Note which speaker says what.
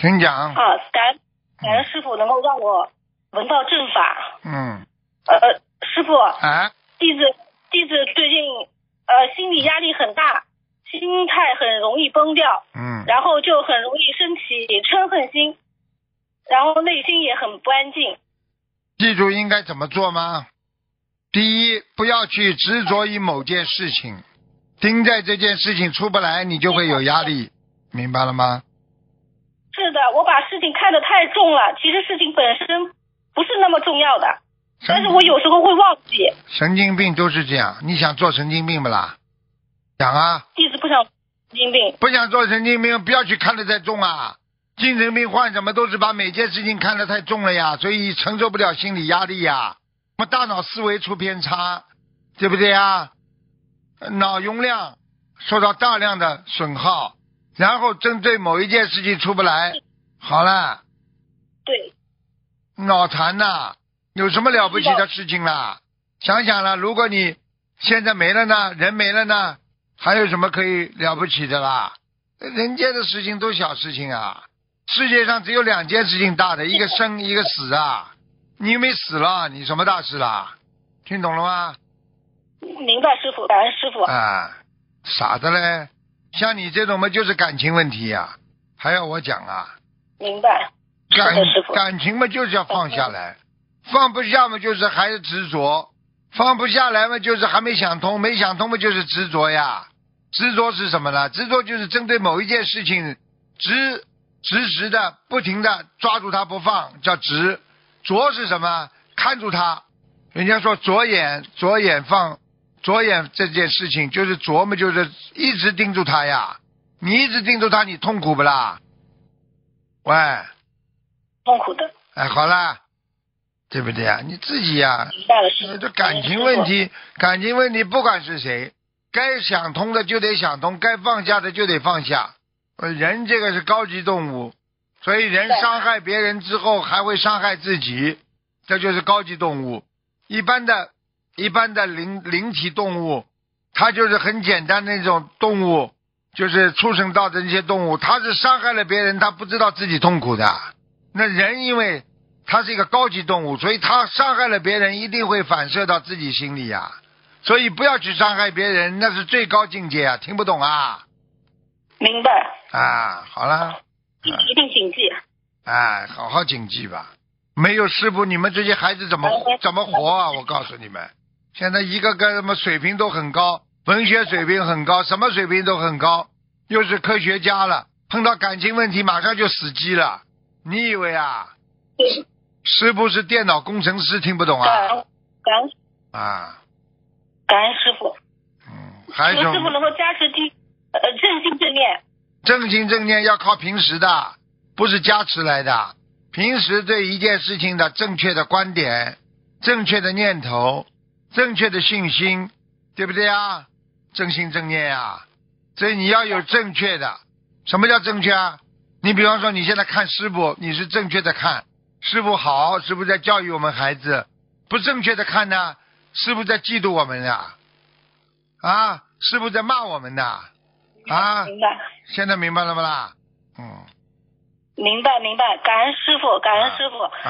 Speaker 1: 请讲。
Speaker 2: 啊，感
Speaker 1: 嗯
Speaker 2: 恩感恩师傅能够让我闻到正法。
Speaker 1: 嗯，
Speaker 2: 呃，师傅，
Speaker 1: 哎，
Speaker 2: 弟子弟子最近呃心理压力很大，心态很容易崩掉，
Speaker 1: 嗯，
Speaker 2: 然后就很容易升起嗔恨心，然后内心也很不安静。
Speaker 1: 记住应该怎么做吗？第一，不要去执着于某件事情，盯在这件事情出不来，你就会有压力，明白了吗？
Speaker 2: 是的，我把事情看得太重了，其实事情本身不是那么重要的，但
Speaker 1: 神
Speaker 2: 是我有时候会忘记。
Speaker 1: 神经病都是这样，你想做神经病不啦？想啊，
Speaker 2: 弟子不想神经病。
Speaker 1: 不想做神经病，不要去看得太重啊。精神病患什么都是把每件事情看得太重了呀，所以承受不了心理压力呀。我们大脑思维出偏差，对不对呀？脑容量受到大量的损耗，然后针对某一件事情出不来，好了，
Speaker 2: 对，
Speaker 1: 脑残呐、有什么了不起的事情啦？想想了，如果你现在没了呢，人没了呢，还有什么可以了不起的啦？人间的事情都小事情啊，世界上只有两件事情大的，一个生，一个死啊。你没死了，你什么大事啦？听懂了吗？
Speaker 2: 明白师傅，感恩师傅。
Speaker 1: 啊，傻的嘞！像你这种嘛，就是感情问题呀、还要我讲啊？
Speaker 2: 明白，是
Speaker 1: 感
Speaker 2: 的，师傅，
Speaker 1: 感情嘛，就是要放下来，放不下嘛，就是还是执着，放不下来嘛，就是还没想通，没想通嘛，就是执着呀。执着是什么呢？执着就是针对某一件事情，执执实的，不停的抓住它不放，叫执。着是什么？看住它。人家说着眼，着眼放，着眼这件事情就是琢磨，就是一直盯住它呀。你一直盯住它，你痛苦不啦？喂，
Speaker 2: 痛苦的，
Speaker 1: 哎，好啦，对不对啊？你自己呀、
Speaker 2: 明白了师
Speaker 1: 这
Speaker 2: 傅。
Speaker 1: 呃这感情问题，感情问题，不管是谁，该想通的就得想通，该放下的就得放下。呃，人这个是高级动物，所以人
Speaker 2: 对
Speaker 1: 伤害别人之后还会伤害自己，这就是高级动物。一般的、一般的灵灵体动物，它就是很简单的那种动物，就是畜生道的那些动物，它是伤害了别人，它不知道自己痛苦的。那人因为它是一个高级动物，所以它伤害了别人，一定会反射到自己心里呀、所以不要去伤害别人，那是最高境界啊！听不懂啊？
Speaker 2: 明白，
Speaker 1: 啊，好了，
Speaker 2: 弟子一定谨记。
Speaker 1: 哎，好好谨记吧。没有师傅，你们这些孩子怎么
Speaker 2: 好的
Speaker 1: 怎么活啊？我告诉你们，现在一个个什么水平都很高，文学水平很高，什么水平都很高，又是科学家了，碰到感情问题马上就死机了。你以为啊，
Speaker 2: 对，
Speaker 1: 师傅是电脑工程师，听不懂
Speaker 2: 感
Speaker 1: 啊？
Speaker 2: 恩感恩
Speaker 1: 啊，
Speaker 2: 感恩师傅，
Speaker 1: 嗯，还有一
Speaker 2: 求
Speaker 1: 种
Speaker 2: 师傅能够加持弟呃正心正念。
Speaker 1: 正行正念要靠平时的，不是加持来的。平时对一件事情的正确的观点、正确的念头、正确的信心，对不对啊？正心正念啊，所以你要有正确的。什么叫正确啊？你比方说你现在看师傅，你是正确的看，师傅好，师傅在教育我们孩子；不正确的看呢，师傅在嫉妒我们呢，啊，师傅在骂我们呢，啊，
Speaker 2: 明白，
Speaker 1: 现在明白了不啦？嗯，啊
Speaker 2: 明白，明白，感恩师傅，感恩师傅。